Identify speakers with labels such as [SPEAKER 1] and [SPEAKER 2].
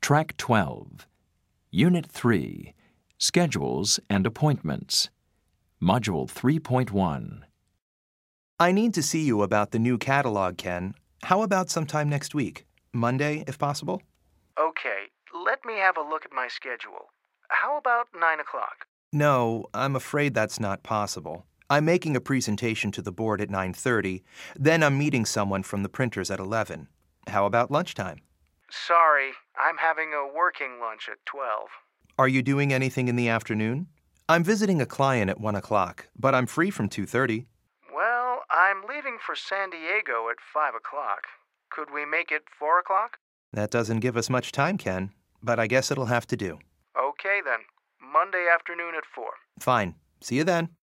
[SPEAKER 1] Track 12, Unit 3, Schedules and Appointments, Module 3.1.
[SPEAKER 2] I need to see you about the new catalog, Ken. How about sometime next week? Monday, if possible?
[SPEAKER 3] Okay, let me have a look at my schedule. How about 9 o'clock?
[SPEAKER 2] No, I'm afraid that's not possible. I'm making a presentation to the board at 9:30, then I'm meeting someone from the printers at 11. How about lunchtime?
[SPEAKER 3] Sorry, I'm having a working lunch at 12.
[SPEAKER 2] Are you doing anything in the afternoon? I'm visiting a client at 1 o'clock, but I'm free from 2:30.
[SPEAKER 3] Well, I'm leaving for San Diego at 5 o'clock. Could we make it 4 o'clock?
[SPEAKER 2] That doesn't give us much time, Ken, but I guess it'll have to do.
[SPEAKER 3] Okay then, Monday afternoon at 4.
[SPEAKER 2] Fine. See you then.